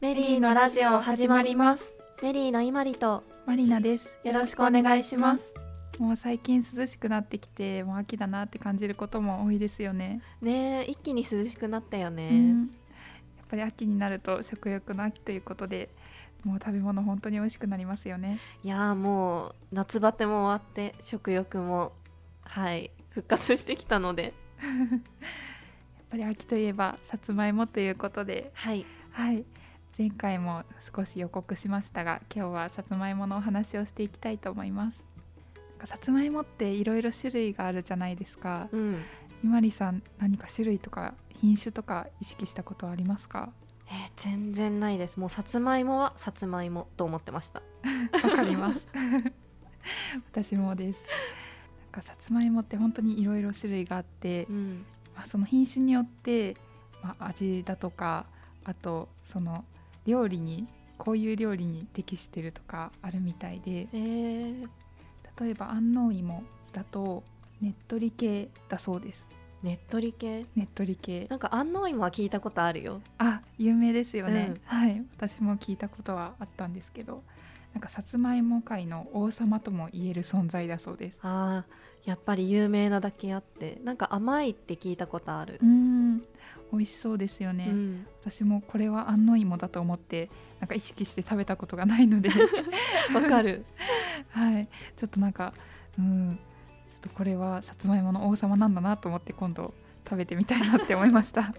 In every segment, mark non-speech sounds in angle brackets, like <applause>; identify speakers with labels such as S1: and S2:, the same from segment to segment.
S1: メリーのラジオ始まります
S2: メリーのいまりと
S3: マリナです
S1: よろしくお願いします
S3: もう最近涼しくなってきてもう秋だなって感じることも多いですよね、
S2: ねえ一気に涼しくなったよね、
S3: うんやっぱり秋になると食欲の秋ということでもう食べ物本当に美味しくなりますよね
S2: いやーもう夏バテも終わって食欲もはい復活してきたので
S3: やっぱり秋といえばさつまいもということで
S2: はい
S3: はい前回も少し予告しましたが今日はさつまいものお話をしていきたいと思いますなんかさつまいもっていろいろ種類があるじゃないですか
S2: うん
S3: いまりさん何か種類とか品種とか意識したことはありますか
S2: えー全然ないですもうさつまいもはさつまいもと思ってました
S3: わかります。私もです。なんかさつまいもって本当にいろいろ種類があって
S2: う、ん
S3: まあ、その品種によって、まあ、味だとかあとその料理にこういう料理に適してるとかあるみたいで
S2: えー、
S3: 例えば安納芋だとねっとり系だそうです
S2: ねっとり系
S3: ねっとり系
S2: なんか安納芋は聞いたことあるよ
S3: あ有名ですよね、
S2: うん
S3: はい私も聞いたことはあったんですけどなんかさつまいも界の王様とも言える存在だそうです
S2: あーやっぱり有名なだけあってなんか甘いって聞いたことある
S3: う、ん美味しそうですよね、
S2: うん
S3: 私もこれは安納芋だと思ってなんか意識して食べたことがないので、
S2: <laughs> わかる
S3: はい、ちょっとなんかうんちょっとこれはさつまいもの王様なんだなと思って今度食べてみたいなって思い
S2: <laughs>
S3: ましたあ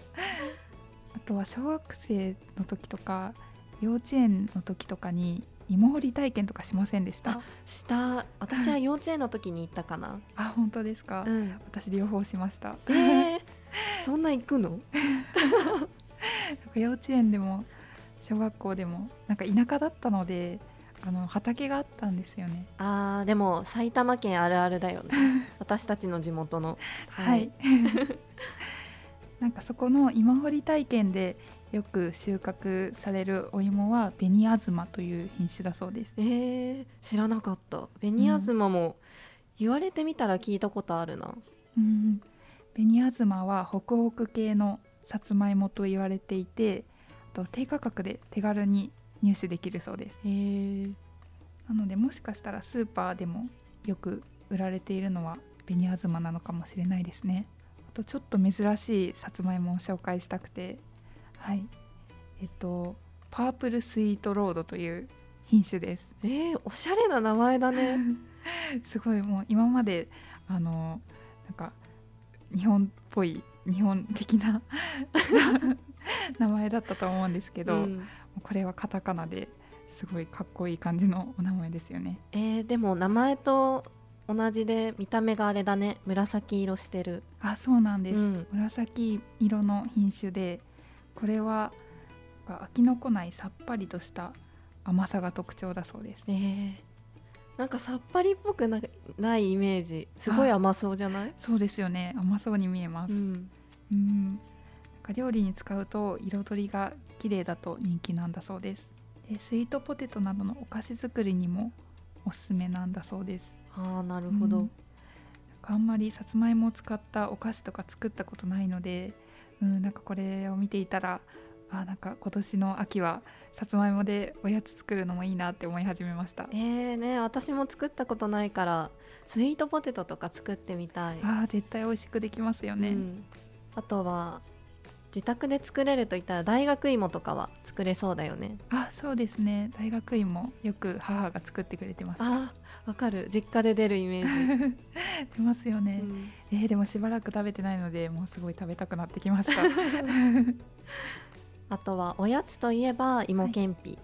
S3: とは小学生の時とか幼稚園の時とかに芋掘り体験とかしませんでした
S2: した私は幼稚園の時に行ったかな、
S3: あ本当ですか、
S2: うん、
S3: 私両方しました
S2: えー、 <laughs> そんな行くの
S3: なんか幼稚園でも小学校でもなんか田舎だったのであの畑があったんですよね。
S2: あーでも埼玉県あるあるだよ <laughs> ね私たちの地元のはい、
S3: <laughs> なんかそこの芋掘り体験でよく収穫されるお芋は紅あずまという品種だそうです。
S2: えー、知らなかった紅あずまも言われてみたら聞いたことあるな
S3: うん、紅あずまは北北系のさつまいもと言われていて、あと低価格で手軽に入手できるそうです。
S2: えー、
S3: なのでもしかしたらスーパーでもよく売られているのは紅あずまなのかもしれないですねあとちょっと珍しいさつまいもを紹介したくてはいえっとパープルスイートロードという品種です <laughs>
S2: えー、おしゃれな名前だね <laughs>
S3: すごいもう今まであのなんか日本っぽい日本的な <laughs> 名前だったと思うんですけ
S2: け
S3: ど、
S2: ど、
S3: これはカタカナですごいかっこいい感じのお名前ですよね
S2: えー、でも名前と同じで見た目があれだね紫色してる
S3: あそうなんです、
S2: うん
S3: 紫色の品種でこれは飽きのこないさっぱりとした甘さが特徴だそうです
S2: えー、なんかさっぱりっぽくなないイメージすごい甘そうじゃない
S3: そうですよね甘そうに見えます、
S2: う
S3: うん
S2: ん
S3: なんか料理に使うと彩りが綺麗だと人気なんだそうですでスイートポテトなどのお菓子作りにもおすすめなんだそうです
S2: ああなるほど、
S3: うんなんかあんまりさつまいもを使ったお菓子とか作ったことないので、うん、なんかこれを見ていたらあなんか今年の秋はさつまいもでおやつ作るのもいいなって思い始めました
S2: えー、ね私も作ったことないからスイートポテトとか作ってみたい、
S3: あー絶対美味しくできますよね、
S2: うんあとは自宅で作れるといったら大学芋とかは作れそうだよね
S3: あそうですね大学院もよく母が作ってくれてます
S2: あーわかる実家で出るイメー
S3: <laughs> 出ますよ
S2: ジ、
S3: ね、
S2: うん
S3: えーでもしばらく食べてないのでもうすごい食べたくなってきました
S2: あとはおやつといえば芋けんぴ、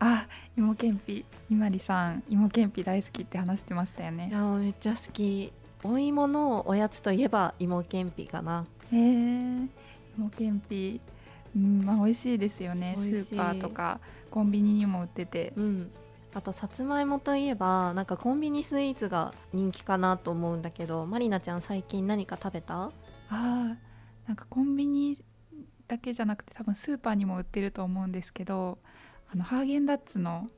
S3: あ芋けんぴいまりさん芋けんぴ大好きって話してましたよ
S2: い、
S3: ね
S2: やもうめっちゃ好きお芋のおやつといえば芋けんぴかな
S3: へえ芋けんぴ、うんまあ、美味しいですよねス
S2: 美味しい
S3: ーパーとかコンビニにも売ってて
S2: うんあとさつまいもといえばなんかコンビニスイーツが人気かなと思うんだけどまりなちゃん最近何か食べた
S3: あーなんかコンビニだけじゃなくて多分スーパーにも売ってると思うんですけどあのハーゲンダッツの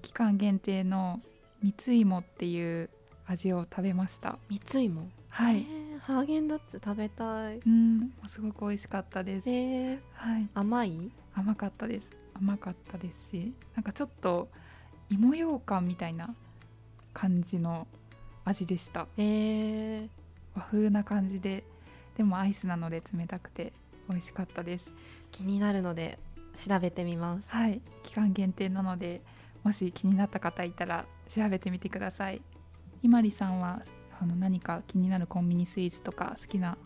S3: 期間限定の蜜芋っていう味を食べました
S2: 三つ芋
S3: は
S2: え
S3: い、
S2: ーハーゲンダッツ食べたい
S3: うんすごく美味しかったです、
S2: えー、
S3: はい
S2: 甘い
S3: 甘かったです甘かったですしなんかちょっと芋ようかんみたいな感じの味でした
S2: えー、
S3: 和風な感じででもアイスなので冷たくて美味しかったです
S2: 気になるので調べてみます
S3: はい期間限定なのでもし気になった方いたら調べてみてくださいひまりさんはあの何か気になるコンビニスイーツとか好きな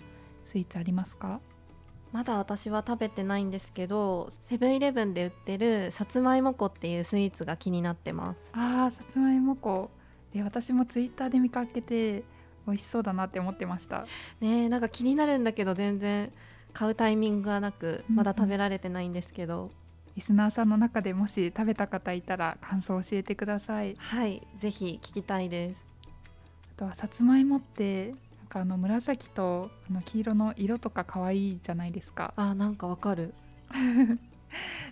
S3: スイーツありますか
S2: まだ私は食べてないんですけどセブンイレブンで売ってるさつまいも粉っていうスイーツが気になってます
S3: あーさつまいも粉で私もツイッターで見かけて美味しそうだなって思ってました
S2: ねえなんか気になるんだけど全然買うタイミングがなく
S3: うん
S2: まだ食べられてないんですけど、
S3: リスナーさんの中でもし食べた方いたら感想を教えてください
S2: はいぜひ聞きたいです
S3: あとはさつまいもってなんかあの紫とあの黄色の色とか可愛いじゃないですか
S2: あなんかわかる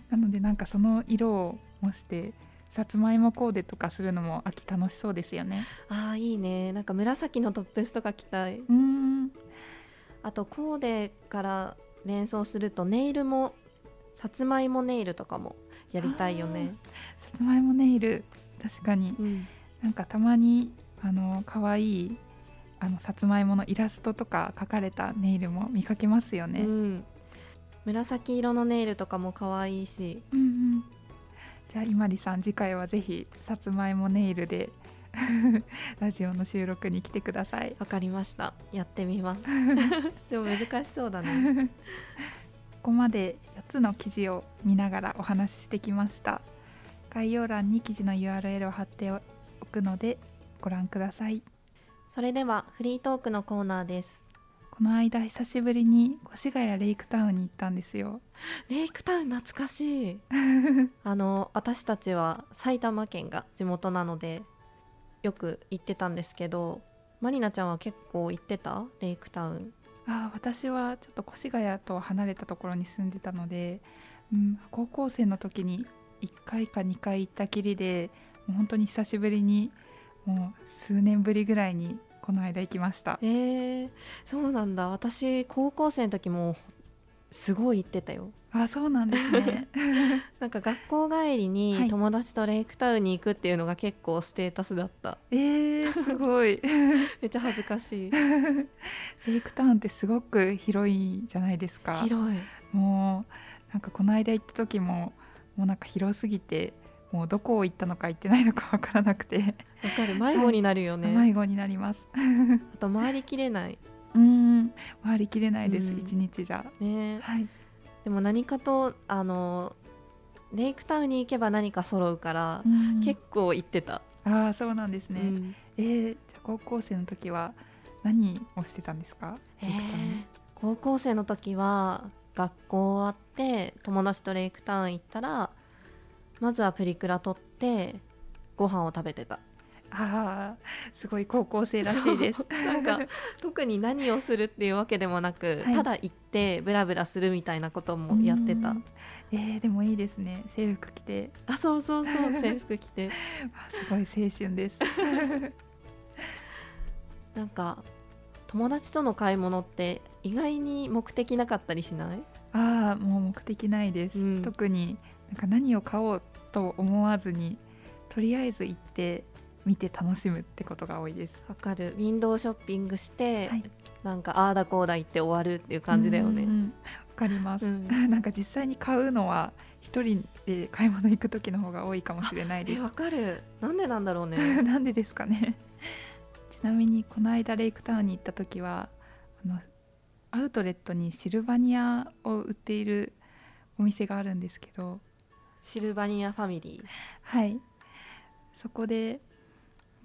S3: なのでなんかその色を模してさつまいもコーデとかするのも秋楽しそうですよね
S2: あーいいねなんか紫のトップスとか着たいう
S3: ーん
S2: あとコーデから連想するとネイルもさつまいもネイルとかもやりたいよね、
S3: さつまいもネイル確かに
S2: うん、
S3: なんかたまにあの可愛いあのさつまいものイラストとか描かれたネイルも見かけますよね、
S2: うん紫色のネイルとかも可愛いし
S3: うんうんじゃあ伊まりさん次回はぜひさつまいもネイルで <laughs> ラジオの収録に来てください
S2: わかりましたやってみます <laughs> でも難しそうだね
S3: ここまで4つの記事を見ながらお話ししてきました概要欄に記事の URL を貼っておくのでご覧ください
S2: <laughs> それではフリートークのコーナーです
S3: この間久しぶりに越谷レイクタウンに行ったんですよ
S2: レイクタウン懐かし
S3: <laughs>
S2: いあの私たちは埼玉県が地元なのでよく行ってたんですけどまりなちゃんは結構行ってたレイクタウン
S3: ああ私はちょっと越谷とは離れたところに住んでたので、うん、高校生の時に1回か2回行ったきりでもう本当に久しぶりにもう数年ぶりぐらいにこの間行きました
S2: えー、そうなんだ私高校生の時もすごい行ってたよ
S3: あそうなんですね
S2: <laughs> なんか学校帰り
S3: は
S2: に
S3: い
S2: 友達とレイクタウンに行くっていうのが結構ステータスだった
S3: えー、す
S2: <laughs>
S3: ごい
S2: めっちゃ恥ずかしい
S3: <laughs> レイクタウンってすごく広いじゃないですか
S2: 広い
S3: もうなんかこの間行った時ももうなんか広すぎてもうどこを行ったのか行ってないのかわからなくて、
S2: わかる迷子になるよね、
S3: 迷子になります
S2: あと回りきれないう
S3: ーん回りきれないです
S2: うん
S3: 一日じゃ
S2: ね
S3: はい
S2: でも何かとあのレイクタウンに行けば何か揃うから、結構行ってた、
S3: ああそうなんですね、
S2: うん
S3: えー、じゃあ高校生の時は何をしてたんですか
S2: えー高校生の時は学校終わって友達とレイクタウン行ったらまずはプリクラ撮ってご飯を食べてた
S3: ああすごい高校生らしいです
S2: そうなんか特に何をするっていうわけでもなく、
S3: はい
S2: ただ行ってブラブラするみたいなこともやってた、
S3: うんえー、でもいいですね制服着て
S2: あそうそうそう制服着て
S3: あすごい青春です
S2: <laughs> なんか友達との買い物って意外に目的なかったりしない
S3: ああもう目的ないです、
S2: うん
S3: 特になんか何を買おうと思わずにとりあえず行って見て楽しむってことが多いです
S2: わかるウィンドウショッピングして、
S3: はい
S2: なんかああだこうだ言って終わるっていう感じだよ
S3: うんう
S2: ね
S3: んわかります、
S2: うん
S3: <laughs> なんか実際に買うのは一人で買い物行く時の方が多いかもしれないで
S2: え
S3: す
S2: わかるなんでなんだろう <laughs> ね
S3: <laughs> なんでですかねちなみにこの間レイクタウンに行った時はあのアウトレットにシルバニアを売っているお店があるんですけど
S2: シルバニアファミリ
S3: はいそこで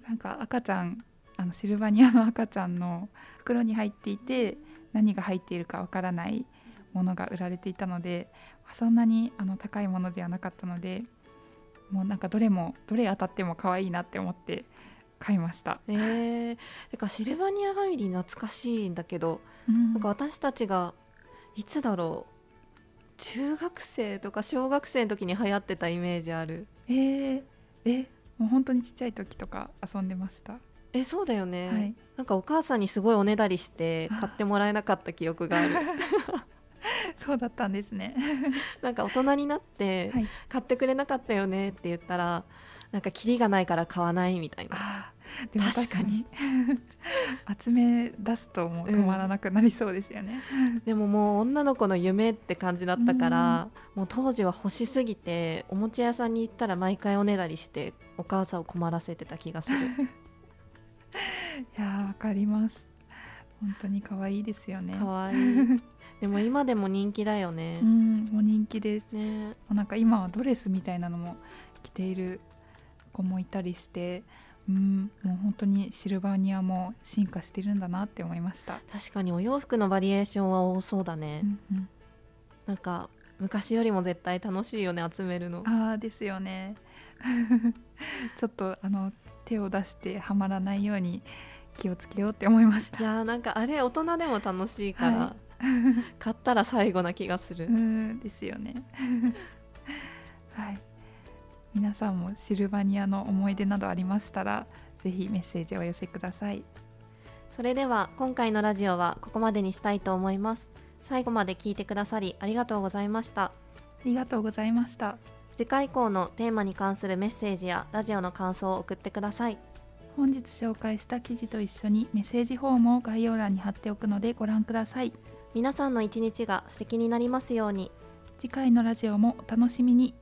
S3: なんか赤ちゃんあのシルバニアの赤ちゃんの袋に入っていて何が入っているかわからないものが売られていたのでそんなにあの高いものではなかったのでもうなんかどれもどれ当たっても可愛いなって思って買いました。
S2: ーえー、てかシルバニアファミリー懐かしいんだけど、
S3: うん
S2: なんか私たちがいつだろう中学生とか小学生の時に流行ってたイメージある
S3: えーえもう本当にちっちゃい時とか遊んでました。
S2: えそうだよね、
S3: はい
S2: なんかお母さんにすごいおねだりして買ってもらえなかった記憶がある
S3: そうだったんですね。
S2: なんか大人になって
S3: はい
S2: 買ってくれなかったよねって言ったらなんかキリがないから買わないみたいな
S3: あーでも
S2: 確かに
S3: 確かに <laughs> 集め出すともう止まらなくなりそうですよね。
S2: でももう女の子の夢って感じだったからもう当時は欲しすぎておもちゃ屋さんに行ったら毎回おねだりしてお母さんを困らせてた気がす
S3: <laughs>
S2: る
S3: いやーわかります。本当に可愛いですよね。
S2: かわいいでも今でも人気だよね
S3: う、ん、もう人気です。
S2: ね
S3: なんか今はドレスみたいなのも着ている子もいたりして、うん、もう本当にシルバニアも進化してるんだなって思いました。
S2: 確かにお洋服のバリエーションは多そうだね、
S3: うんうん
S2: なんか昔よりも絶対楽しいよね集めるの
S3: ああですよね <laughs> ちょっとあの手を出してはまらないように気をつけようって思いまし
S2: い
S3: た
S2: やーなんかあれ大人でも楽しいから、
S3: は
S2: 買ったら最後な気がする、
S3: うんですよね <laughs> はい皆さんもシルバニアの思い出などありましたらぜひメッセージをお寄せください
S2: それでは今回のラジオはここまでにしたいと思います最後まで聞いてくださりありがとうございました
S3: ありがとうございました
S2: 次回以降のテーマに関するメッセージやラジオの感想を送ってください
S3: 本日紹介した記事と一緒にメッセージフォームを概要欄に貼っておくのでご覧ください
S2: 皆さんの一日が素敵になりますように
S3: 次回のラジオもお楽しみに